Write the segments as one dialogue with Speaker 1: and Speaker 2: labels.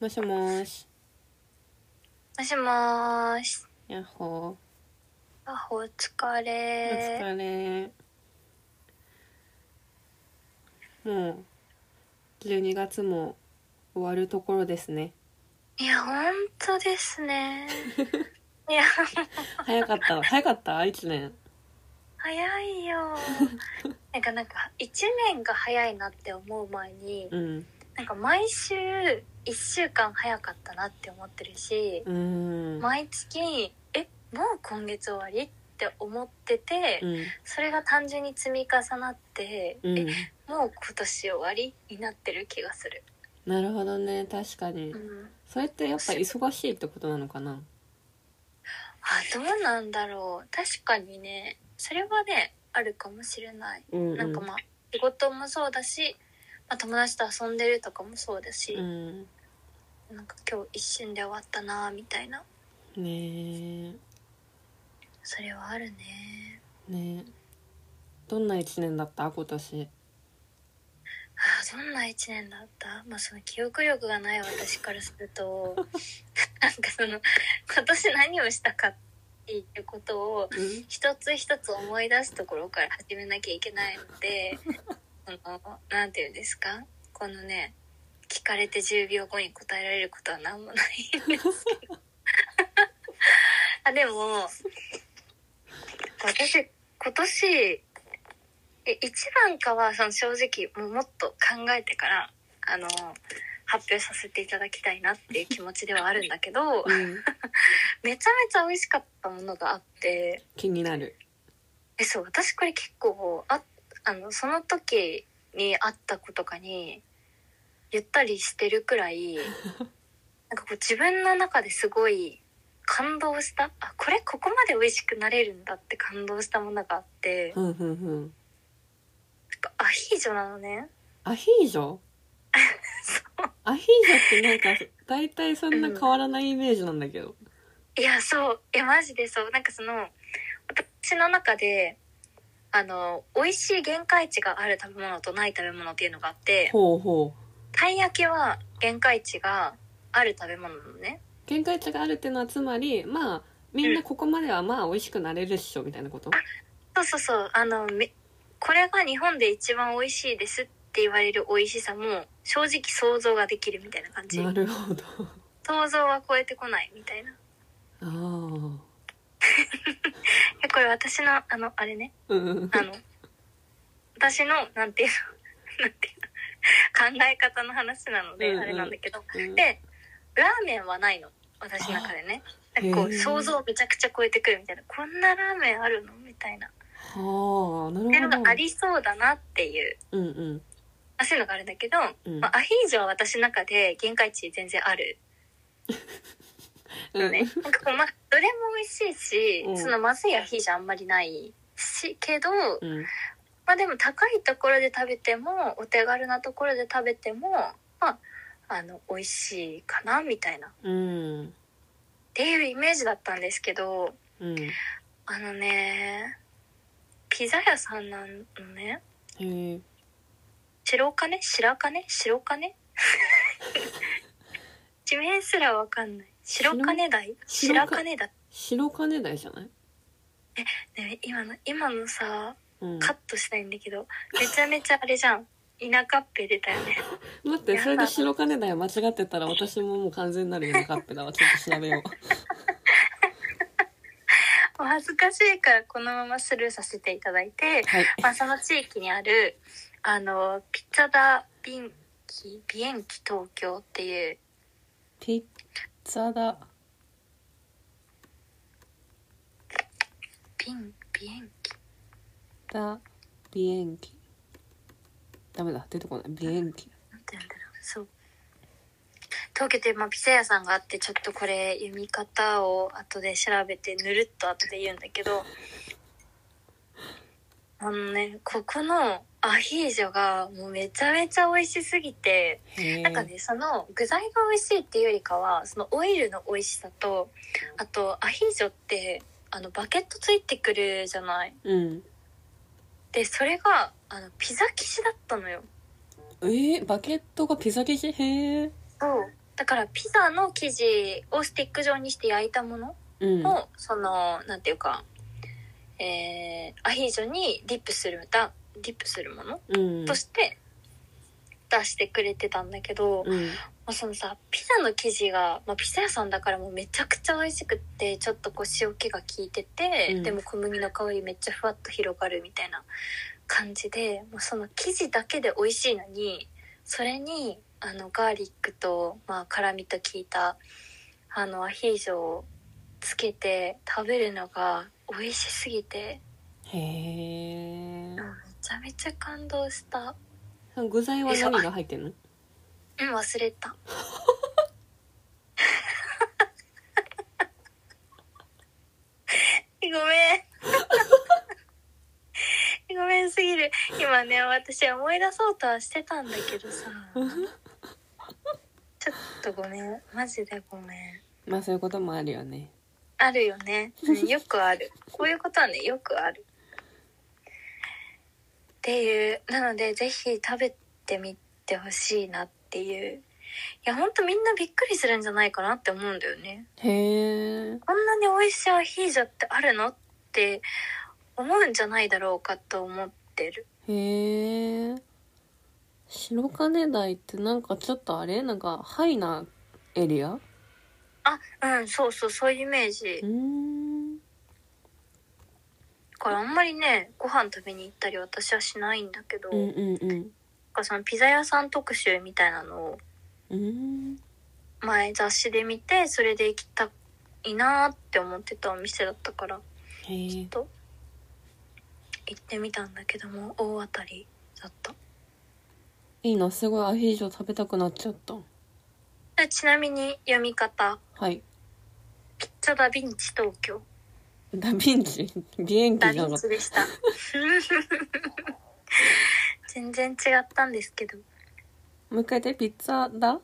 Speaker 1: もしもーし。
Speaker 2: もしもーし。
Speaker 1: やっほ
Speaker 2: あ、お疲
Speaker 1: ー。お
Speaker 2: れ。
Speaker 1: 疲れ。もう、12月も終わるところですね。
Speaker 2: いや、ほんとですね。いや、
Speaker 1: 早か った。早かった一年。
Speaker 2: 早 いよ。なんか、なんか、一年が早いなって思う前に、
Speaker 1: うん。
Speaker 2: なんか毎週一週間早かったなって思ってるし、
Speaker 1: うーん。
Speaker 2: 毎月、え、もう今月終わりって思ってて
Speaker 1: う、ん。
Speaker 2: それが単純に積み重なって、
Speaker 1: うん
Speaker 2: え、。もう今年終わりになってる気がする。
Speaker 1: なるほどね。確かに
Speaker 2: う。ん
Speaker 1: それってやっぱ忙しいってことなのかな
Speaker 2: あどうなんだろう確かにねそれはねあるかもしれない、
Speaker 1: うん、うん。
Speaker 2: なんかまあ仕事もそうだし、まあ、友達と遊んでるとかもそうだし
Speaker 1: う、ん。
Speaker 2: なんか今日一瞬で終わったなみたいな
Speaker 1: ね
Speaker 2: それはあるね
Speaker 1: え。ねえ。どんな一年だった今年。
Speaker 2: あーどんな一年だったまあその記憶力がない私からする となんかその今年何をしたかっていうことを
Speaker 1: うん。
Speaker 2: 一つ一つ思い出すところから始めなきゃいけないのでそのなんていうんですかこのね聞かれて10秒後に答えられることは何もないんですけどあでも私今年え一番かはその正直もうもっと考えてからあの発表させていただきたいなっていう気持ちではあるんだけ ど
Speaker 1: うん。
Speaker 2: めちゃめちゃ美味しかったものがあって。
Speaker 1: 気になる。
Speaker 2: えそう私これ結構ああのその時に会った子とかにゆったりしてるくらいなんかこう自分の中ですごい感動したあこれここまで美味しくなれるんだって感動したものがあって
Speaker 1: うんうんうん。
Speaker 2: なんかアヒージョなのね
Speaker 1: アヒージ ョアヒージョってなんか大体そんな変わらないイメージなんだけど、
Speaker 2: いやそういやマジでそうなんかその私の中であの美味しい限界値がある食べ物とない食べ物っていうのがあって
Speaker 1: ほうほう
Speaker 2: たい焼きは限界値がある食べ物なのね
Speaker 1: 限界値があるっていうのはつまりまあみんなここまではまあ美味しくなれるっしょみたいなこと
Speaker 2: そうそうそうあのめこれが日本で一番美味しいですって言われる美味しさも正直想像ができるみたいな感じ
Speaker 1: なるほど
Speaker 2: 想像は超えてこないみたいな
Speaker 1: ああ
Speaker 2: えこれ私のあのあれね
Speaker 1: うんうん
Speaker 2: あの私の なんていうのなんていうの考え方の話なの
Speaker 1: うん
Speaker 2: で
Speaker 1: うん
Speaker 2: あれなんだけど、
Speaker 1: うん
Speaker 2: でラーメンはないの私の中でね
Speaker 1: あ
Speaker 2: なんか
Speaker 1: へ
Speaker 2: こう
Speaker 1: ー
Speaker 2: 想像をめちゃくちゃ超えてくるみたいなこんなラーメンあるのみたいなっ
Speaker 1: はあな
Speaker 2: ていう
Speaker 1: るほ
Speaker 2: のが
Speaker 1: ど
Speaker 2: ありそうだなっていう
Speaker 1: うんうん
Speaker 2: あそういうのがあるんだけど、
Speaker 1: うん
Speaker 2: まあ、アヒージョは私の中で限界値全然ある
Speaker 1: う
Speaker 2: の
Speaker 1: ん
Speaker 2: ね、なんかこうまあどれも美味しいし、
Speaker 1: うん
Speaker 2: そのまずいアヒージョあんまりないしけど、
Speaker 1: うん
Speaker 2: まあでも高いところで食べてもお手軽なところで食べてもまああの美味しいかなみたいなっ
Speaker 1: うん
Speaker 2: ていうイメージだったんですけど
Speaker 1: うんへ
Speaker 2: あのねピザ屋さんなのね
Speaker 1: え
Speaker 2: 白金白金 白金地名すらわかんない白金台
Speaker 1: 白金
Speaker 2: 白金台
Speaker 1: 白金台じゃない
Speaker 2: ね今の今のさ
Speaker 1: うん
Speaker 2: カットしたいんだけどめちゃめちゃあれじゃん田舎っぺ出たよね
Speaker 1: 待ってそれで白金台間違ってたら私ももう完全なるようなカップだわちょっと調べよ
Speaker 2: お恥ずかしいからこのままスルーさせていただいて
Speaker 1: う、はい
Speaker 2: まあ、その地域にあるあのピッツァダ・ビンキビエンキ東京っていう
Speaker 1: ピッツァだ
Speaker 2: ビンビエンキ
Speaker 1: だビエンキダメだ出てこないビエンキ
Speaker 2: なんて言うんだろうそう東京ってまあピザ屋さんがあってちょっとこれ読み方を後で調べてぬるっと後で言うんだけどあのねここのアヒージョがもうめちゃめちゃ美味しすぎて。
Speaker 1: へえ
Speaker 2: なんかね、その具材が美味しいっていうよりかは、そのオイルの美味しさと、あとアヒージョって、あのバケットついてくるじゃない。
Speaker 1: うん
Speaker 2: で、それが、あのピザ生地だったのよ。
Speaker 1: えー、バケットがピザ生地へえ
Speaker 2: そう。だからピザの生地をスティック状にして焼いたもの
Speaker 1: うん
Speaker 2: を、そのなんていうか、えーアヒージョにディップするだディップするもの
Speaker 1: うん
Speaker 2: として出してくれてたんだけど、も
Speaker 1: うん
Speaker 2: うそのさピザの生地が、まあ、ピザ屋さんだからもうめちゃくちゃ美味しくってちょっとこう塩気が効いてて、
Speaker 1: うん
Speaker 2: でも小麦の香りめっちゃふわっと広がるみたいな感じでもうその生地だけで美味しいのにそれにあのガーリックと、まあ、辛みと効いたあのアヒージョをつけて食べるのが美味しすぎて
Speaker 1: へえ
Speaker 2: もうめちゃめちゃ感動した。
Speaker 1: 具材は何が入ってんの
Speaker 2: うん、忘れた。 ごめん。 ごめんすぎる。今ね、私思い出そうとはしてたんだけどさ。ちょっとごめん。マジでごめん。
Speaker 1: まあそういうこともあるよね
Speaker 2: あるよ ね、うんよくあるこういうことはねよくあるっていうなのでぜひ食べてみてほしいなっていういやほんとみんなびっくりするんじゃないかなって思うんだよね
Speaker 1: へえ
Speaker 2: こんなに美味しいアヒージョってあるのって思うんじゃないだろうかと思ってる
Speaker 1: へえ白金台ってなんかちょっとあれなんかハイなエリア
Speaker 2: あうんそうそうそういうイメージ
Speaker 1: うーん
Speaker 2: だからあんまりねご飯食べに行ったり私はしないんだけど、
Speaker 1: うん
Speaker 2: なん
Speaker 1: うんうん
Speaker 2: かそのピザ屋さん特集みたいなのを
Speaker 1: うーん
Speaker 2: 前雑誌で見てそれで行きたいなーって思ってたお店だったから
Speaker 1: へえ
Speaker 2: 行ってみたんだけども大当たりだった
Speaker 1: いいなすごいアヒージョ食べたくなっちゃった
Speaker 2: でちなみに読み方
Speaker 1: はい
Speaker 2: ピッツァダヴィンチ東京
Speaker 1: ダヴィンチ 元気
Speaker 2: ダ
Speaker 1: な
Speaker 2: ヴィ
Speaker 1: か
Speaker 2: ン
Speaker 1: っ
Speaker 2: チでした全然違ったんですけど
Speaker 1: たもう一回言ってピッツァだ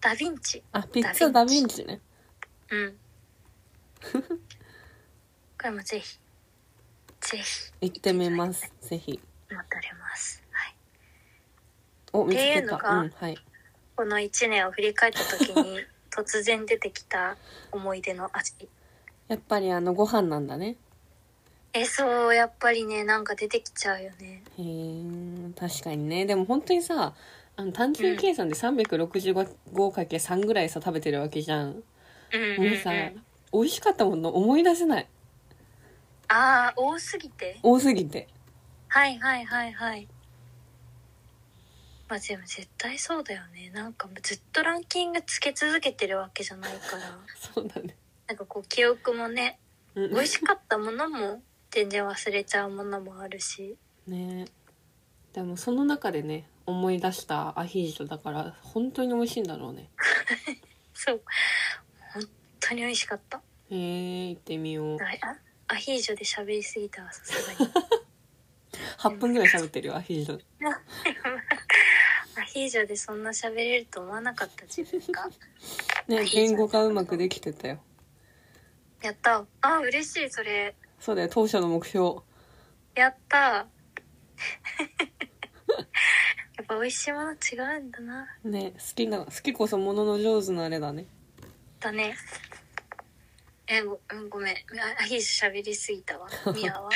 Speaker 2: ダヴィンチ
Speaker 1: あピッツァダヴ
Speaker 2: ダヴ
Speaker 1: ィ
Speaker 2: ィ
Speaker 1: ン
Speaker 2: ン
Speaker 1: チね
Speaker 2: うんこれもぜひぜひ
Speaker 1: 行ってみますぜひ
Speaker 2: 待たれます、はい、
Speaker 1: お見つ
Speaker 2: って
Speaker 1: け
Speaker 2: いう
Speaker 1: た
Speaker 2: のが
Speaker 1: うんはい
Speaker 2: この1年を振り返った時に 突然出てきた思い出の味
Speaker 1: やっぱりあのご飯なんだね
Speaker 2: えそうやっぱりねなんか出てきちゃうよね
Speaker 1: へえ確かにねでも本当にさあの単純計算で 365×3 ぐらいさ食べてるわけじゃん
Speaker 2: うんうん、
Speaker 1: も
Speaker 2: う、
Speaker 1: うんさ美味しかったもの思い出せない
Speaker 2: ああ多すぎて
Speaker 1: 多すぎて
Speaker 2: はいはいはいはいまあでも絶対そうだよねなんかもうずっとランキングつけ続けてるわけじゃないから
Speaker 1: そうだね
Speaker 2: なんかこう記憶もね
Speaker 1: うん
Speaker 2: 美味しかったものも全然忘れちゃうものもあるし
Speaker 1: ねでもその中でね思い出したアヒージョだから本当に美味しいんだろうね
Speaker 2: そう本当に美味しかった
Speaker 1: へえ行ってみよう
Speaker 2: ああアヒージョで喋りすぎたわさすがに
Speaker 1: 8分ぐらい喋ってるよアヒージョ
Speaker 2: アヒージョでそんな喋れると思わなか った自分が
Speaker 1: ね言語がうまくできてたよ
Speaker 2: やったあ嬉しいそれ
Speaker 1: そうだよ当初の目標
Speaker 2: やった やっぱ美味しいもの違うんだな
Speaker 1: ね好きな好きこそものの上手なあれだね
Speaker 2: だねえごうんごめんあアヒージョ喋りすぎ たわミアは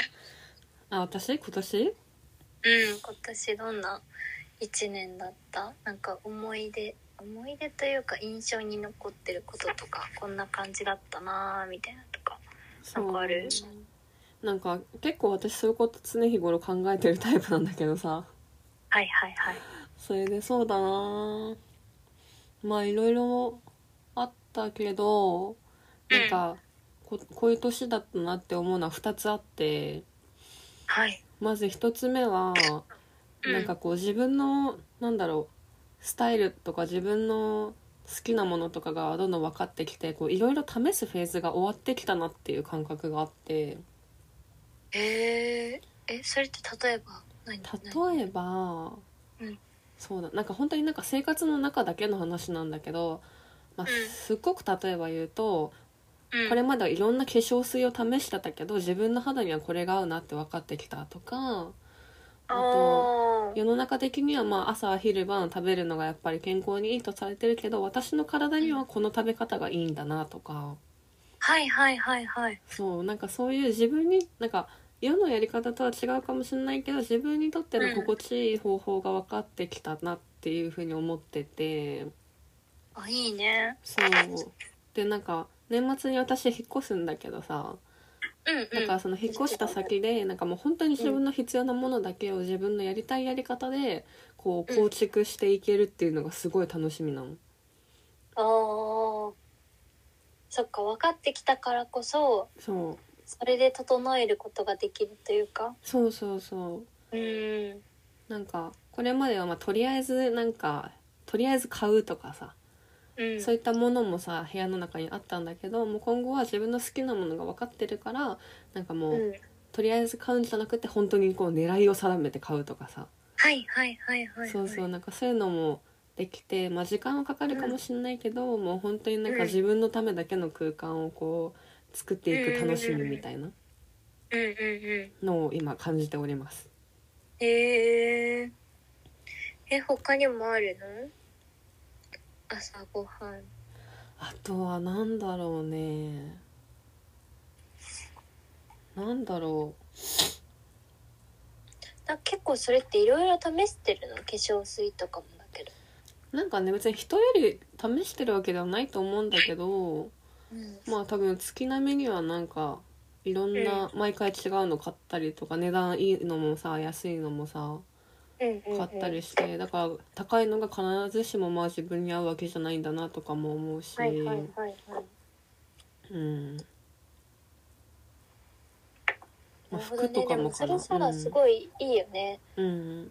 Speaker 1: あ私今年
Speaker 2: うん今年どんな一年だったなんか思い出思い出というか印象に残ってることとかこんな感じだったなーみたいなとかなんかある
Speaker 1: なんか結構私そういうこと常日頃考えてるタイプなんだけどさ
Speaker 2: はいはいはい
Speaker 1: それでそうだなまあいろいろあったけどなんかここういう年だったなって思うのは2つあって
Speaker 2: はい
Speaker 1: まず1つ目は
Speaker 2: うん
Speaker 1: なんかこう自分のなんだろうスタイルとか自分の好きなものとかがどんどん分かってきてこういろいろ試すフェーズが終わってきたなっていう感覚があって
Speaker 2: えー、えそれって例えば何
Speaker 1: 例えば、
Speaker 2: うん
Speaker 1: そうだなんか本当になんか生活の中だけの話なんだけど、まあ、
Speaker 2: うん
Speaker 1: すっごく例えば言うと、
Speaker 2: うん
Speaker 1: これまではいろんな化粧水を試してたけど自分の肌にはこれが合うなって分かってきたとかあと
Speaker 2: おー
Speaker 1: 世の中的にはまあ朝昼晩食べるのがやっぱり健康にいいとされてるけど私の体にはこの食べ方がいいんだなとか
Speaker 2: はいはいはいはい。
Speaker 1: そうなんかそういう自分になんか世のやり方とは違うかもしれないけど自分にとっての心地いい方法が分かってきたなっていうふうに思ってて
Speaker 2: あ、いいね。
Speaker 1: そうでなんか年末に私引っ越すんだけどさ
Speaker 2: うんうん。
Speaker 1: だからその引っ越した先でなんかもう本当に自分の必要なものだけを自分のやりたいやり方でこう
Speaker 2: うん
Speaker 1: 構築していけるっていうのがすごい楽しみなの。
Speaker 2: あーそっか、分かってきたからこそ、
Speaker 1: そう
Speaker 2: それで整えることができるというか。
Speaker 1: そうそうそう
Speaker 2: うん。
Speaker 1: なんかこれまではまあとりあえずなんかとりあえず買うとかさ
Speaker 2: うん。
Speaker 1: そういったものもさ部屋の中にあったんだけどもう今後は自分の好きなものが分かってるからなんかもう、
Speaker 2: うん。
Speaker 1: とりあえず買うんじゃなくて本当にこう狙いを定めて買うとかさ、
Speaker 2: はいはいはいはいはい。
Speaker 1: そうそうなんかそういうのもできて、まあ、時間はかかるかもしれないけど、もう本当になん
Speaker 2: うん
Speaker 1: か自分のためだけの空間をこう作っていく楽しみみたいな
Speaker 2: うんうんうん。
Speaker 1: のを今感じております。
Speaker 2: へえ。え、他にもあるの朝ごはん。
Speaker 1: あとはなんだろうねなんだろう
Speaker 2: なんか結構それっていろいろ試してるの化粧水とかもだけど。
Speaker 1: なんかね別に人より試してるわけではないと思うんだけど
Speaker 2: うん。
Speaker 1: まあ多分月並みにはなんかいろんな毎回違うの買ったりとか値段いいのもさ安いのもさ
Speaker 2: うんうんうん、
Speaker 1: 買ったりしてだから高いのが必ずしもまあ自分に合うわけじゃないんだなとかも思うし、
Speaker 2: はいはいはいはい。
Speaker 1: うん。ま
Speaker 2: な
Speaker 1: あ
Speaker 2: るほどね
Speaker 1: 服とかもか
Speaker 2: で
Speaker 1: な
Speaker 2: もそれさ、すごいいいよね。
Speaker 1: うん、うん、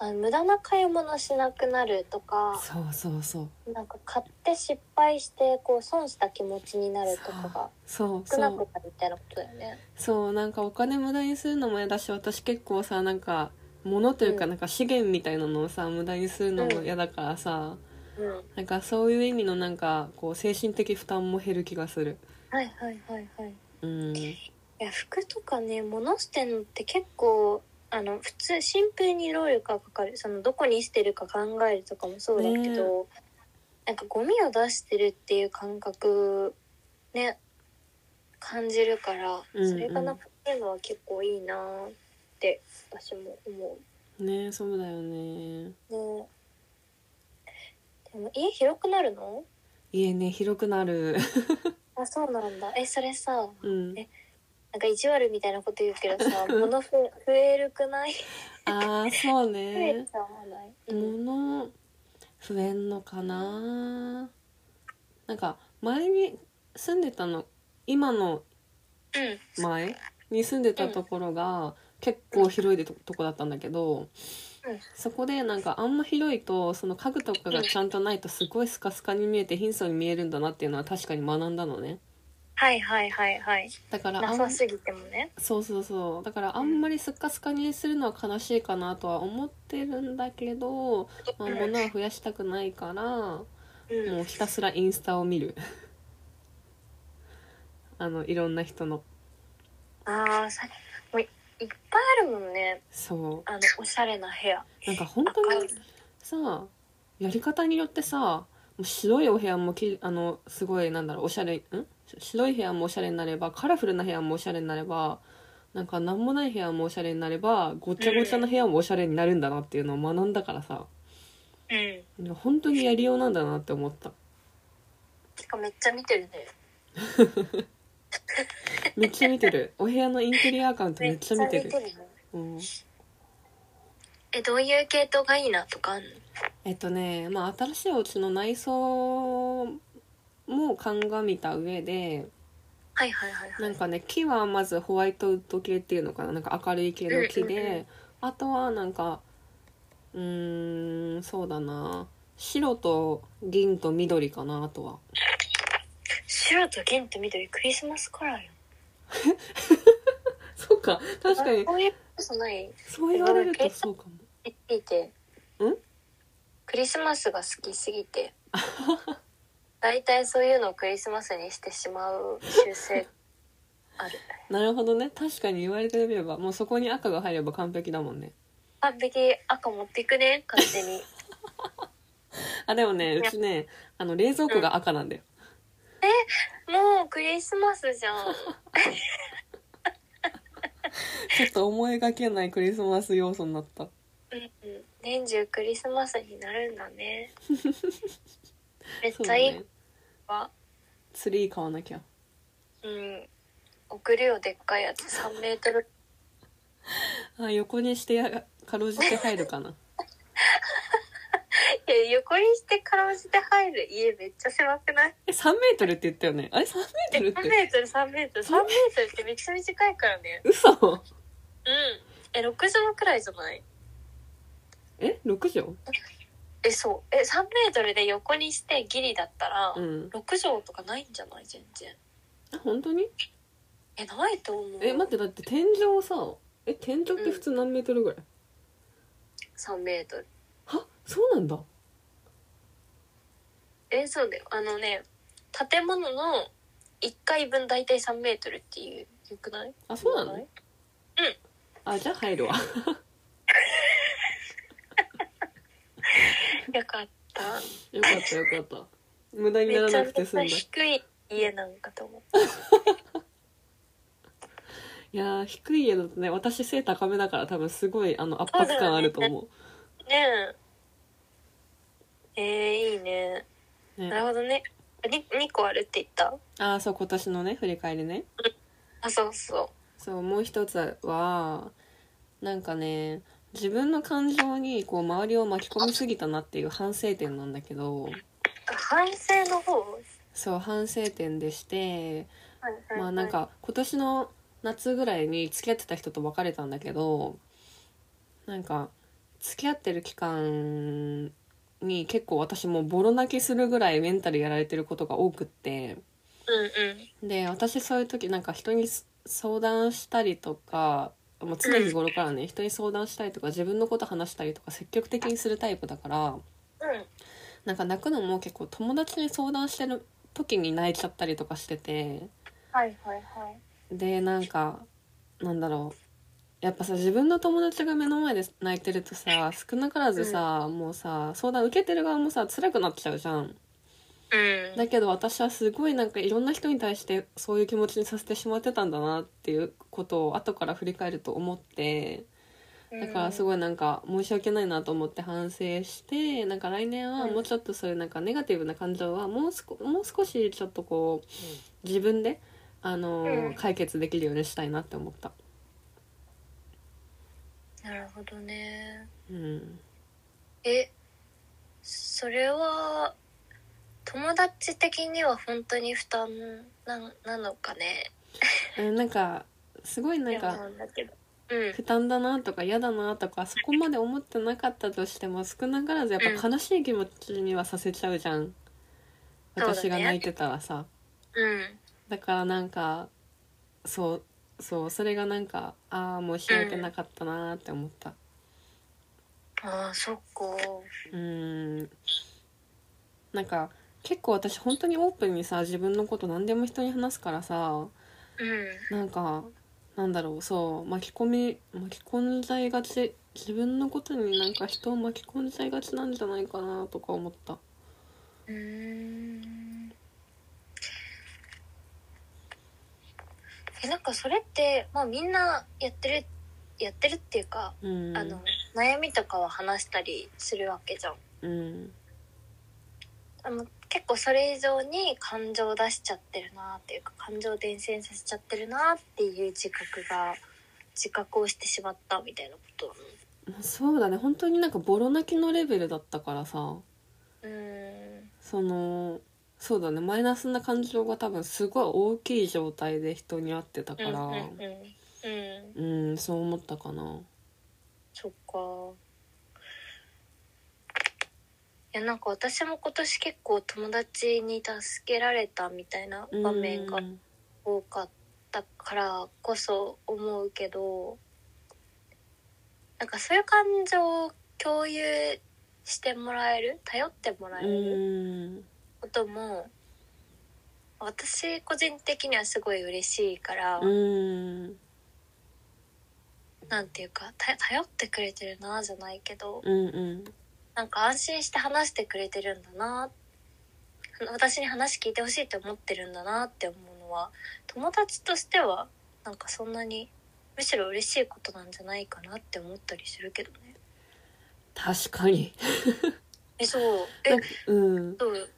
Speaker 2: あ無駄な買い物しなくなるとか、
Speaker 1: そうそうそう
Speaker 2: なんか買って失敗してこう損した気持ちになるとかが
Speaker 1: そう
Speaker 2: 少
Speaker 1: そ
Speaker 2: な
Speaker 1: う
Speaker 2: くなるみたいなことだよね。
Speaker 1: そうなんかお金無駄にするのも嫌だし私結構さなんか物というか
Speaker 2: うん
Speaker 1: なんか資源みたいなのをさ無駄にするのも
Speaker 2: うん
Speaker 1: 嫌だからさ、
Speaker 2: うん。
Speaker 1: なんかそういう意味のなんかこう精神的負担も減る気がする
Speaker 2: はいはいはいはい。
Speaker 1: うん
Speaker 2: いや服とかね物捨てるのって結構あの普通シンプルに労力がかかるそのどこに捨てるか考えるとかもそうだけど、なんかゴミを出してるっていう感覚ね感じるから
Speaker 1: うんうん
Speaker 2: それがなくてるのは結構いいなって私も思
Speaker 1: ねえそうだよね
Speaker 2: うねでも家広くなるの
Speaker 1: 家ね広くな る
Speaker 2: あそうなんだえそれさ
Speaker 1: うん
Speaker 2: えなんか意地悪みたいなこと言うけど さ物ふ増えるくない
Speaker 1: ああそう
Speaker 2: 増え
Speaker 1: ね
Speaker 2: ちゃわない、
Speaker 1: 物増えんのかななんか前に住んでたの今の
Speaker 2: うん
Speaker 1: 前に住んでたところが結構広いでととこだったんだけど、
Speaker 2: うん
Speaker 1: そこでなんかあんま広いとその家具とかがちゃんとないとすごいスカスカに見えて貧相に見えるんだなっていうのは確かに学んだのね
Speaker 2: はいはいはいはい。
Speaker 1: だからあ
Speaker 2: なんさすぎてもね。
Speaker 1: そうそうそうだからあんまりスカスカにするのは悲しいかなとは思ってるんだけど、まあ、物は増やしたくないから
Speaker 2: うん。
Speaker 1: もうひたすらインスタを見る あのいろんな人の
Speaker 2: ああ、さ、もういっぱいあるもんね。
Speaker 1: そう
Speaker 2: あの、おしゃれな部屋。
Speaker 1: なんか本当にさやり方によってさもう白いお部屋もきあのすごいなんだろうおしゃれんし白い部屋もおしゃれになればカラフルな部屋もおしゃれになればなんか何もない部屋もおしゃれになればごちゃごちゃな部屋もおしゃれになるんだなっていうのを学んだからさ
Speaker 2: うん。
Speaker 1: いや本当にやりようなんだなって思った
Speaker 2: てかめっちゃ見てるね。
Speaker 1: めっちゃ見てるお部屋のインテリアアカウントめっちゃ見てる、
Speaker 2: ね。
Speaker 1: うん、
Speaker 2: え、どういう系統がいいなとかあんの
Speaker 1: えっとねまあ新しいお家の内装も鑑みた上で
Speaker 2: はいはいはいは。
Speaker 1: ないんかね木はまずホワイトウッド系っていうのかななんか明るい系の木で、
Speaker 2: うんうんうん
Speaker 1: あとはなんかうーんそうだな白と銀と緑かなあとは
Speaker 2: 白と銀と緑、クリスマスカラーよ。
Speaker 1: そうか確か
Speaker 2: あ
Speaker 1: に
Speaker 2: そういうことない
Speaker 1: そう言われるとそうかも
Speaker 2: 好きすぎて。
Speaker 1: ん
Speaker 2: クリスマスが好きすぎて。大体そういうのをクリスマスにしてしまう習性ある。
Speaker 1: なるほどね確かに言われてみればもうそこに赤が入れば完璧だもんね
Speaker 2: 完璧赤持っていくね勝手に
Speaker 1: あでもねうちねあの冷蔵庫が赤なんだよ、
Speaker 2: もうクリスマスじゃん
Speaker 1: ちょっと思いがけないクリスマス要素になった
Speaker 2: うんうん年中クリスマスになるんだねめっちゃいい
Speaker 1: そうだね
Speaker 2: わ
Speaker 1: ツリー買わなきゃ
Speaker 2: うん送るよでっかいやつ3メートル
Speaker 1: あ横にしてやかろうじて入るかな
Speaker 2: いや横にしてかろうじて入る家めっちゃ狭くない
Speaker 1: え3メートルって言ったよねあれ3メートルっ
Speaker 2: 3
Speaker 1: て
Speaker 2: メートル3メートル3メートルってめっちゃ短いからね
Speaker 1: 嘘
Speaker 2: うんえ6畳くらいじゃない
Speaker 1: え六6
Speaker 2: えそうえ3メートルで横にしてギリだったら、
Speaker 1: 畳うん
Speaker 2: 6畳とかないんじゃない全然
Speaker 1: あ本当に
Speaker 2: えないと思う
Speaker 1: え待ってだって天井さえ天井って普通何メートルぐらい、
Speaker 2: 3メートル
Speaker 1: はそうなんだ
Speaker 2: えそうだよあのね建物の1階分大体3メートルっていうよくない
Speaker 1: あそうなのあじゃあ入る わ
Speaker 2: よかった
Speaker 1: よかったよかった無駄に
Speaker 2: め
Speaker 1: なら
Speaker 2: ちゃ
Speaker 1: なく
Speaker 2: めち
Speaker 1: て
Speaker 2: ゃ
Speaker 1: 済んだい
Speaker 2: 低い家なんかと思っ
Speaker 1: やー低い家だとね私背高めだから多分すごいあの圧迫感あると思
Speaker 2: たねええー、いいね
Speaker 1: うね
Speaker 2: なるほどねに2個あるって言った
Speaker 1: ああそう今年のね振り返りね
Speaker 2: あそうそ
Speaker 1: そうもう一つはなんかね自分の感情にこう周りを巻き込みすぎたなっていう反省点なんだけど
Speaker 2: う反省の方は
Speaker 1: そう反省点でして
Speaker 2: いはいはい
Speaker 1: まあなんか今年の夏ぐらいに付き合ってた人と別れたんだけどなんか付き合ってる期間に結構私もうボロ泣きするぐらいメンタルやられてることが多くって
Speaker 2: うんうん
Speaker 1: で私そういう時なんか人にす相談したりとか、まあ、常日頃からね人に相談したりとか自分のこと話したりとか積極的にするタイプだから
Speaker 2: うん
Speaker 1: なんか泣くのも結構友達に相談してる時に泣いちゃったりとかしてて
Speaker 2: はいはいはい
Speaker 1: でなんかなんだろうやっぱさ自分の友達が目の前で泣いてるとさ少なからずさ、もうさ相談受けてる側もさ辛くなっちゃうじゃん。
Speaker 2: うん
Speaker 1: だけど私はすごいなんかいろんな人に対してそういう気持ちにさせてしまってたんだなっていうことを後から振り返ると思ってだからす
Speaker 2: い、
Speaker 1: ごいなんか申し訳ないなと思って反省してなんか来年は
Speaker 2: うん
Speaker 1: もうちょっとそういうなんかネガティブな感情はもうすこもう少しちょっとこう自分であの
Speaker 2: うん
Speaker 1: ー解決できるようにしたいなって思った。
Speaker 2: なるほどね
Speaker 1: うん、
Speaker 2: えそれは友達的には本当に負担ななのかね
Speaker 1: えなんかすごいなん
Speaker 2: いや
Speaker 1: か
Speaker 2: んだけどうん
Speaker 1: 負担だなとか嫌だなとかそこまで思ってなかったとしても少なからずやっぱ悲しい気持ちにはさせちゃうじゃん、
Speaker 2: そうだね
Speaker 1: 私が泣いてたらさ
Speaker 2: うん
Speaker 1: だからなんかそうそうそれがなんかああ申し訳なかったなーって思った
Speaker 2: ああそっか
Speaker 1: うーんなんか結構私本当にオープンにさ自分のこと何でも人に話すからさ
Speaker 2: うん
Speaker 1: なんかなんだろうそう巻き込み巻き込んじゃいがち自分のことになんか人を巻き込んじゃいがちなんじゃないかなとか思った
Speaker 2: うーんえなんかそれってまあみんなやってるやってるっていうか、
Speaker 1: うん
Speaker 2: あの悩みとかは話したりするわけじゃん
Speaker 1: うん
Speaker 2: あの結構それ以上に感情を出しちゃってるなっていうか感情を伝染させちゃってるなっていう自覚が自覚をしてしまったみたいなことな
Speaker 1: そうだね本当になんかボロ泣きのレベルだったからさ
Speaker 2: のうーん
Speaker 1: そのそうだねマイナスな感情が多分すごい大きい状態で人に会ってたから
Speaker 2: うんうんうんうん
Speaker 1: うんそう思ったかな
Speaker 2: そっかいやなんか私も今年結構友達に助けられたみたいな場面が
Speaker 1: うん
Speaker 2: 多かったからこそ思うけどなんかそういう感情を共有してもらえる頼ってもらえ
Speaker 1: う
Speaker 2: る
Speaker 1: ん
Speaker 2: ことも、私個人的にはすごい嬉しいから、
Speaker 1: うん
Speaker 2: なんていうかた頼ってくれてるなじゃないけど
Speaker 1: うんうん
Speaker 2: なんか安心して話してくれてるんだな私に話聞いてほしいって思ってるんだなって思うのは友達としてはなんかそんなにむしろ嬉しいことなんじゃないかなって思ったりするけどね。
Speaker 1: 確かに
Speaker 2: えそうえ
Speaker 1: なんかうん
Speaker 2: そううん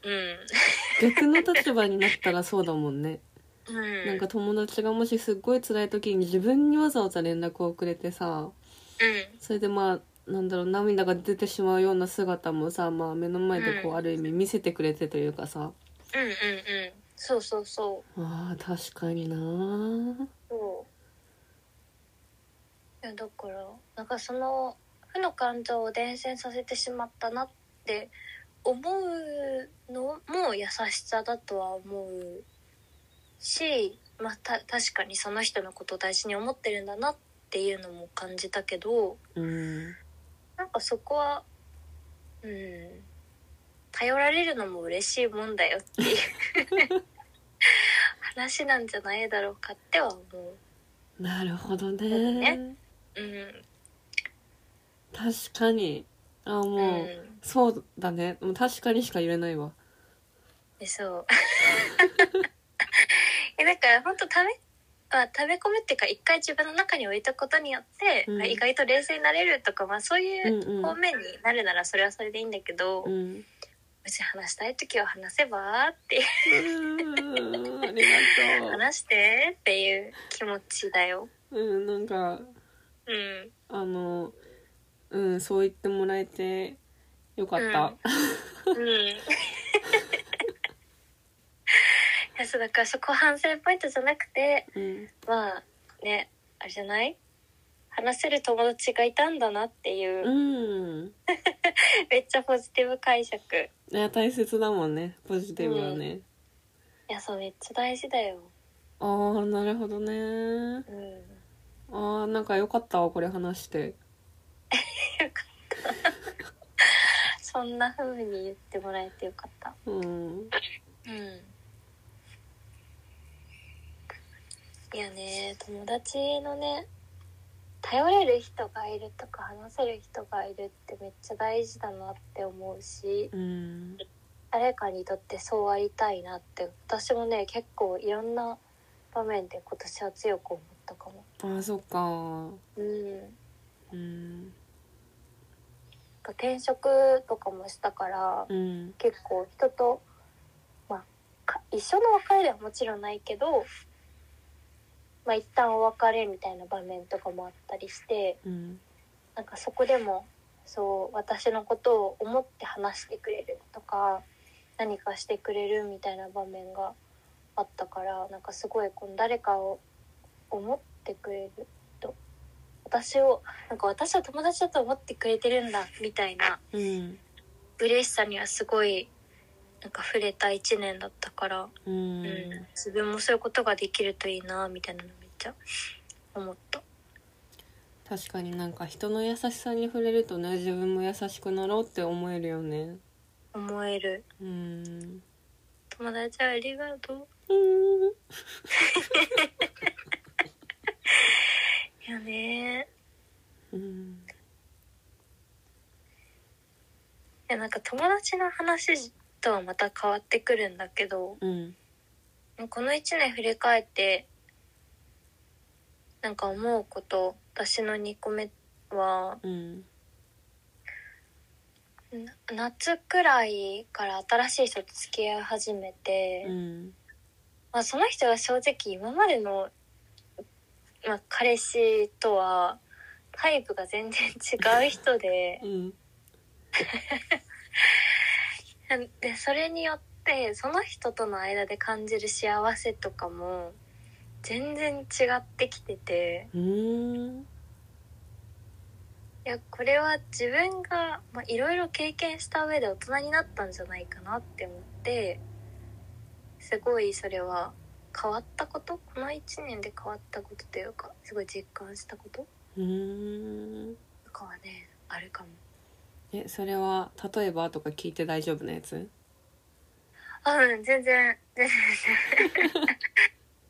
Speaker 1: 逆の立場になったらそうだもんね
Speaker 2: うん
Speaker 1: なんか友達がもしすっごい辛い時に自分にわざわざ連絡をくれてさ
Speaker 2: うん
Speaker 1: それでまあなんだろう涙が出てしまうような姿もさ、まあ、目の前でこう
Speaker 2: うん
Speaker 1: ある意味見せてくれてというかさ、
Speaker 2: うんうんうんそうそうそう
Speaker 1: あー確かにな
Speaker 2: そういやだからなんかその負の感情を伝染させてしまったなって思うのも優しさだとは思うし、まあ、た確かにその人のことを大事に思ってるんだなっていうのも感じたけど
Speaker 1: うん
Speaker 2: なんかそこはうん頼られるのも嬉しいもんだよっていう話なんじゃないだろうかっては思う。
Speaker 1: なるほど
Speaker 2: そう
Speaker 1: ね
Speaker 2: だうん
Speaker 1: 確かにあーもう、
Speaker 2: うん
Speaker 1: そうだねもう確かにしか言えないわ
Speaker 2: えそう。 えだから本当ためまあ食べ込むっていうか一回自分の中に置いたことによって、
Speaker 1: うん
Speaker 2: あ意外と冷静になれるとかまあそういう
Speaker 1: うんうん
Speaker 2: 方面になるならそれはそれでいいんだけど、
Speaker 1: う
Speaker 2: うんち話したい時は話せばっていう
Speaker 1: うーんあり がと
Speaker 2: 話してっていう気持ちだよ。
Speaker 1: ううんなんか
Speaker 2: うん。
Speaker 1: あのうんそう言ってもらえてよかった、
Speaker 2: うん。いやそうだからそこ反省ポイントじゃなくて
Speaker 1: うん
Speaker 2: まあねあれじゃない話せる友達がいたんだなっていう
Speaker 1: うん
Speaker 2: めっちゃポジティブ解釈い
Speaker 1: いや大切だもんねポジティブはね、
Speaker 2: やそうめっちゃ大事だよ
Speaker 1: ああなるほどね
Speaker 2: うんよ
Speaker 1: あーなんかよかったわこれ話して
Speaker 2: かったそんな風に言ってもらえてよかった
Speaker 1: うん
Speaker 2: うんいやね友達のね頼れる人がいるとか話せる人がいるってめっちゃ大事だなって思うし
Speaker 1: うん
Speaker 2: 誰かにとってそうありたいなって私もね結構いろんな場面で今年は強く思ったかも
Speaker 1: あーそっか
Speaker 2: うん
Speaker 1: うん
Speaker 2: 転職とかもしたから
Speaker 1: うん
Speaker 2: 結構人と、まあか、一緒の別れではもちろんないけど、まあ、一旦お別れみたいな場面とかもあったりして
Speaker 1: うん
Speaker 2: なんかそこでもそう私のことを思って話してくれるとか何かしてくれるみたいな場面があったからなんかすごいこの誰かを思ってくれると私をなんか私は友達だと思ってくれてるんだみたいな
Speaker 1: うん
Speaker 2: 嬉しさにはすごいなんか触れた1年だったから、
Speaker 1: う
Speaker 2: うん
Speaker 1: ん
Speaker 2: 自分もそういうことができるといいなみたいなのめっちゃ思った。
Speaker 1: 確かになんか人の優しさに触れるとね自分も優しくなろうって思えるよね
Speaker 2: 思える
Speaker 1: うん
Speaker 2: 友達ありがとう
Speaker 1: うん
Speaker 2: いやね
Speaker 1: うん
Speaker 2: いやなんか友達の話とはまた変わってくるんだけど
Speaker 1: うん
Speaker 2: この1年振り返ってなんか思うこと私の2個目は
Speaker 1: うん
Speaker 2: な夏くらいから新しい人と付き合い始めて。
Speaker 1: うん
Speaker 2: まあ、その人は正直今までの、まあ、彼氏とはタイプが全然違う人で
Speaker 1: うん
Speaker 2: でそれによってその人との間で感じる幸せとかも全然違ってきてて
Speaker 1: うん
Speaker 2: いやこれは自分がまあいろいろ経験した上で大人になったんじゃないかなって思ってすごいそれは変わったことこの1年で変わったことというかすごい実感したこと
Speaker 1: うん
Speaker 2: とかはねあるかも
Speaker 1: えそれは例えばとか聞いて大丈夫なやつ
Speaker 2: あうん全然 全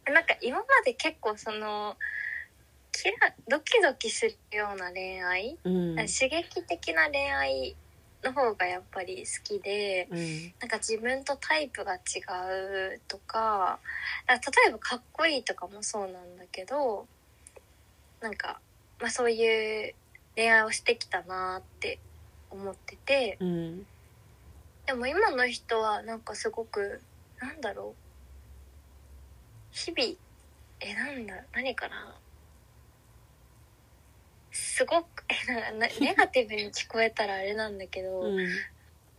Speaker 2: 然なんか今まで結構そのキラドキドキするような恋愛、
Speaker 1: うんうん
Speaker 2: 刺激的な恋愛の方がやっぱり好きで
Speaker 1: うん
Speaker 2: なんか自分とタイプが違うとかなんか例えばかっこいいとかもそうなんだけどなんか、まあ、そういう恋愛をしてきたなって思ってて
Speaker 1: うん
Speaker 2: でも今の人はなんかすごくなんだろう日々えなんだ何かなすごくえなんか なネガティブに聞こえたらあれなんだけど。
Speaker 1: うん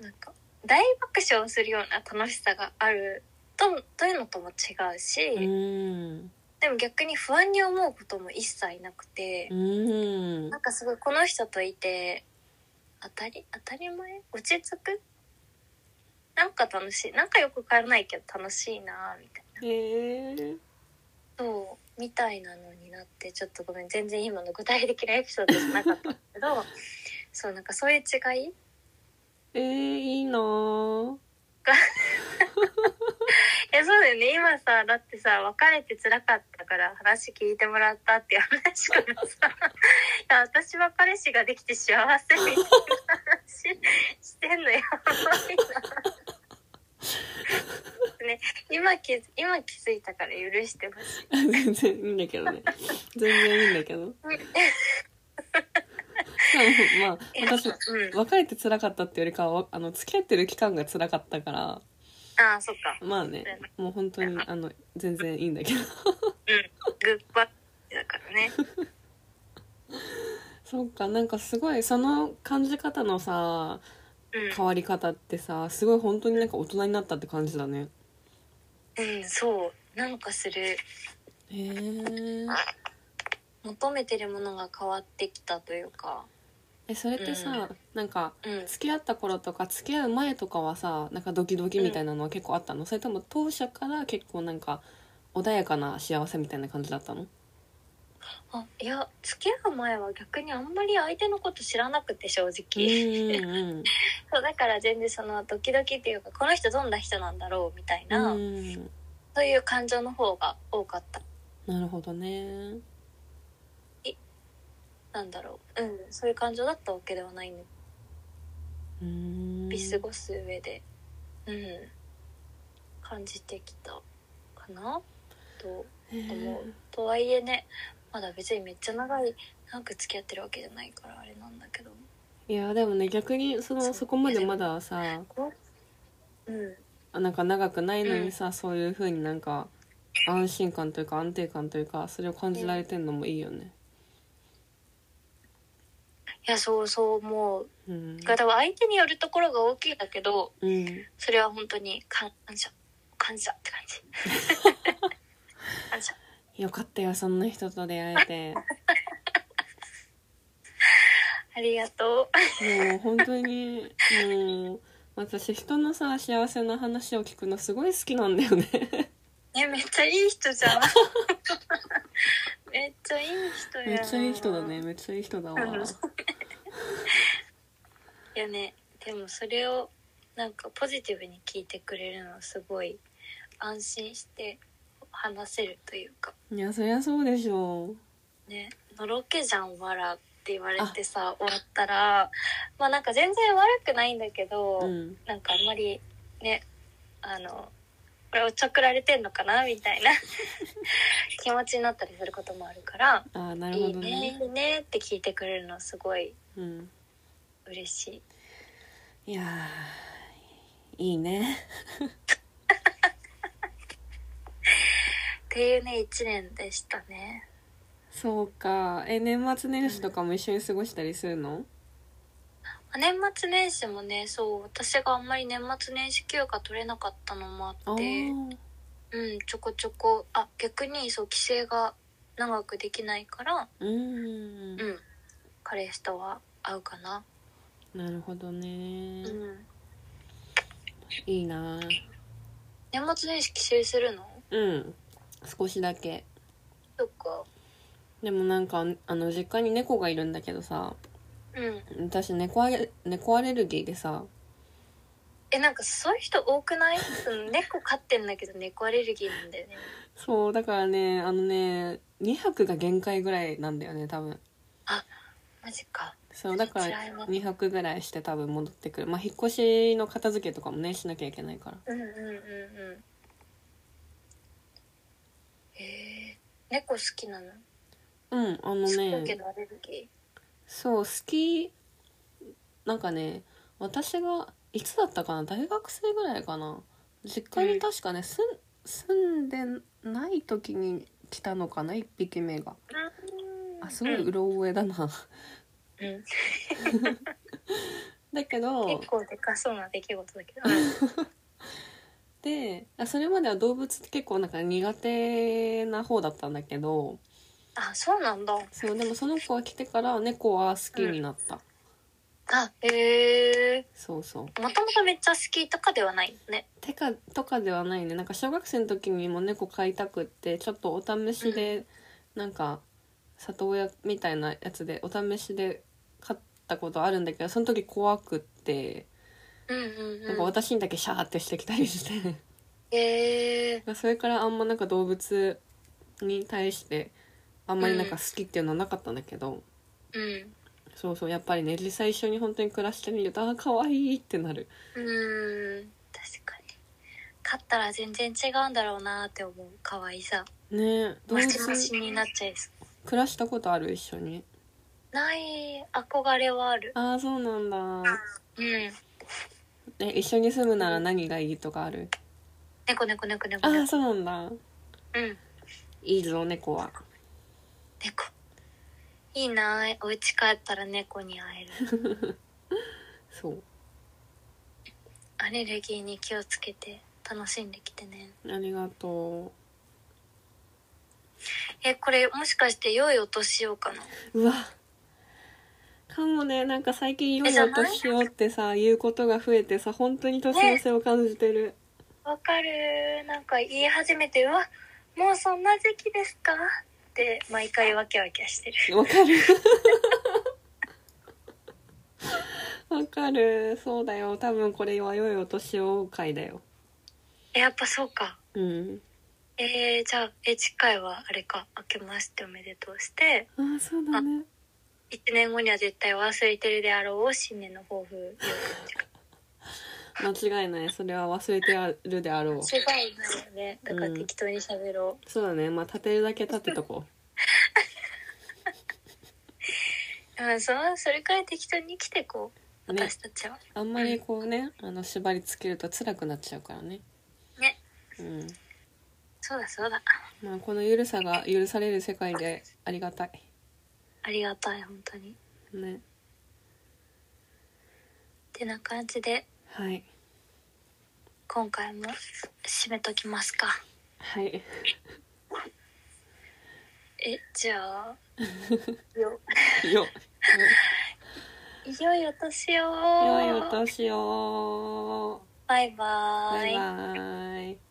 Speaker 2: なんか大爆笑するような楽しさがあるとというのとも違うし、
Speaker 1: うん
Speaker 2: でも逆に不安に思うことも一切なくて、
Speaker 1: うん
Speaker 2: なんかすごいこの人といて当たり当たり前落ち着くなんか楽しいなんかよくわからないけど楽しいなみたいな
Speaker 1: えー
Speaker 2: そうみたいなのになってちょっとごめん全然今の具体的なエピソードじゃなかったんだけどそうなんかそういう違い
Speaker 1: えー、いいなぁ
Speaker 2: えそうだよね今さだってさ別れて辛かったから話聞いてもらったっていう話からさいや私は彼氏ができて幸せみたいな話 してんのやばいな。 ね、今気づ今気づいたから許してほしい。
Speaker 1: 全然いいんだけどね全然いいんだけどまあ私
Speaker 2: うん。
Speaker 1: 別れて辛かったってよりかはあの付き合ってる期間が辛かったから
Speaker 2: ああ、そっか。
Speaker 1: まあねもう本当にあの全然いいんだけど
Speaker 2: グッバイだからね。
Speaker 1: そうかなんかすごいその感じ方のさ変わり方ってさすごい本当になんか大人になったって感じだね
Speaker 2: うん、うん、そう。なんかする。
Speaker 1: へえ
Speaker 2: 求めてるものが変わってきたというか。
Speaker 1: えそれってさ、なんか
Speaker 2: うん。
Speaker 1: 付き合った頃とか付き合う前とかはさなんかドキドキみたいなのは結構あったの、それとも当初から結構なんか穏やかな幸せみたいな感じだったの
Speaker 2: あいや付き合う前は逆にあんまり相手のこと知らなくて正
Speaker 1: うん
Speaker 2: 直、
Speaker 1: うん
Speaker 2: そうだから全然そのドキドキっていうかこの人どんな人なんだろうみ たいな、
Speaker 1: うん
Speaker 2: そういう感情の方が多かった
Speaker 1: なるほどね
Speaker 2: なんだろううんそういう感情だったわけではないの
Speaker 1: うん
Speaker 2: 見過ごす上でうん、感じてきたかなと
Speaker 1: へー
Speaker 2: 思うとはいえねまだ別にめっちゃ長い長く付き合ってるわけじゃないからあれなんだけど
Speaker 1: いやでもね逆にそのそこまでまださ
Speaker 2: うん
Speaker 1: なんか長くないのにさ、そういう風になんか安心感というか安定感というかそれを感じられてんのもいいよね。
Speaker 2: いやそうそう思う
Speaker 1: うん。
Speaker 2: だから相手によるところが大きいんだけど
Speaker 1: うん。
Speaker 2: それは本当に感謝感謝って感じ感謝
Speaker 1: よかったよそんな人と出会え
Speaker 2: ありがとう
Speaker 1: て。もう本当にもう私人のさ幸せな話を聞くのすごい好きなんだよね。
Speaker 2: ねめっちゃいい人じゃんめっちゃいい人やん
Speaker 1: めっちゃいい人だねめっちゃいい人だわ。
Speaker 2: いやねでもそれをなんかポジティブに聞いてくれるのはすごい安心して話せるというか
Speaker 1: いやそりゃそうでしょ
Speaker 2: ね「のろけじゃんわら」って言われてさ終わったらまあなんか全然悪くないんだけど、
Speaker 1: う。うん。
Speaker 2: なんかあんまりねあのこれをちょくられてんのかなみ たいな気持ちになったりすることもあるから
Speaker 1: ああな
Speaker 2: 「
Speaker 1: るほ
Speaker 2: いい
Speaker 1: ど
Speaker 2: ね
Speaker 1: ね。
Speaker 2: いいね」って聞いてくれるのすごい
Speaker 1: うん。
Speaker 2: 嬉しい
Speaker 1: いやーいいね。
Speaker 2: っていうね1年でしたね
Speaker 1: そうかえ年末年始とかも一緒に過ごしたりするの、
Speaker 2: まあ年末年始もねそう私があんまり年末年始休暇取れなかったのもあ
Speaker 1: あ
Speaker 2: って
Speaker 1: ー
Speaker 2: うんちょこちょこあ逆にそう帰省が長くできないから
Speaker 1: うーん
Speaker 2: うん彼氏とは会うかな
Speaker 1: なるほどね、
Speaker 2: うん
Speaker 1: いいな
Speaker 2: 年末年始帰省するの
Speaker 1: うん少しだけ
Speaker 2: そっか
Speaker 1: でもなんかあの実家に猫がいるんだけどさ
Speaker 2: うん
Speaker 1: 私猫アレ猫アレルギーでさ
Speaker 2: えなんかそういう人多くない その猫飼ってんだけど猫アレルギーなんだよね
Speaker 1: そうだからねあのね2泊が限界ぐらいなんだよね多分
Speaker 2: マジか
Speaker 1: そうだから
Speaker 2: 辛いわ
Speaker 1: 2泊ぐらいして多分戻ってくるまあ引っ越しの片付けとかもねしなきゃいけないから
Speaker 2: うんうんうんうんへえ猫好きなの
Speaker 1: うんあの
Speaker 2: 好きだ
Speaker 1: ね
Speaker 2: けどアレルギ
Speaker 1: そう好きなんかね私がいつだったかな大学生ぐらいかな実家に確かね、すん住んでない時に来たのかな1匹目が
Speaker 2: ーうん
Speaker 1: あすごいうろ覚えだな
Speaker 2: うん
Speaker 1: だけど
Speaker 2: 結構でかそうな出来事だけど
Speaker 1: であそれまでは動物って結構なんか苦手な方だったんだけど
Speaker 2: あそうなんだ
Speaker 1: そうでもその子が来てから猫は好きになった、
Speaker 2: あへえ
Speaker 1: そうそう
Speaker 2: もともとめっちゃ好きとかではないね
Speaker 1: てかとかではないねなんか小学生の時にも猫飼いたくってちょっとお試しで、なんか里親みたいなやつでお試しで飼ったことあるんだけどその時怖くって
Speaker 2: うんうん
Speaker 1: なんか
Speaker 2: うん
Speaker 1: 私にだけシャーってしてきたりして、
Speaker 2: へえ
Speaker 1: それからあんまなんか動物に対してあんまりなんか好きっていうのはなかったんだけど、
Speaker 2: うん
Speaker 1: そうそうやっぱりね実際一緒に本当に暮らしてみるとあー可愛いってなる
Speaker 2: うん確かに飼ったら全然違うんだろうなって思う可愛さ
Speaker 1: ね動
Speaker 2: マ
Speaker 1: 物
Speaker 2: シマシになっちゃいそう
Speaker 1: 暮らしたことある一緒に
Speaker 2: ない憧れはある
Speaker 1: ああそうなんだ
Speaker 2: うん
Speaker 1: え一緒に住むなら何がいいとかある
Speaker 2: 猫猫猫猫
Speaker 1: ああ
Speaker 2: 猫
Speaker 1: そうなんだ
Speaker 2: うん
Speaker 1: いいぞ猫は
Speaker 2: 猫いいなお家帰ったら猫に会え る
Speaker 1: そう
Speaker 2: アレルギーに気をつけて楽しんできてね
Speaker 1: ありがと
Speaker 2: えこれもしかして良い音しようかな
Speaker 1: ううわかもねなんか最近良
Speaker 2: え
Speaker 1: い
Speaker 2: じゃない
Speaker 1: 音しようってさ言うことが増えてさ本当に年の瀬を感じてる、
Speaker 2: わかるなんか言い始めてうわもうそんな時期ですかって毎回ワキワキしてる
Speaker 1: わかる わかるそうだよ多分これは良いお年を会だよ
Speaker 2: えやっぱそうか
Speaker 1: うん
Speaker 2: えー、じゃあえ次回はあれか「明けましておめでとう」して
Speaker 1: ああそうだね
Speaker 2: 1年後には絶対忘れてるであろう新年の抱負言う感じか
Speaker 1: 間違いないそれは忘れてやるであろう
Speaker 2: 違うないよねだから適当に喋ろう、
Speaker 1: そうだねまあ立てるだけ立てとこ
Speaker 2: うん、そのそれくらい適当に生きてこう
Speaker 1: うね
Speaker 2: 私たちは
Speaker 1: あんまりこうねあの縛りつけると辛くなっちゃうからね
Speaker 2: ね
Speaker 1: うん
Speaker 2: そうだそうだ
Speaker 1: まあこのゆるさが許される世界でありがたい
Speaker 2: ありがたい本当に
Speaker 1: ね
Speaker 2: てな感じで
Speaker 1: はい
Speaker 2: 今回も締めときますか
Speaker 1: はい
Speaker 2: えじ ゃあよ
Speaker 1: よ
Speaker 2: 良いお年を
Speaker 1: 良いお年を
Speaker 2: バイバー
Speaker 1: バイバイ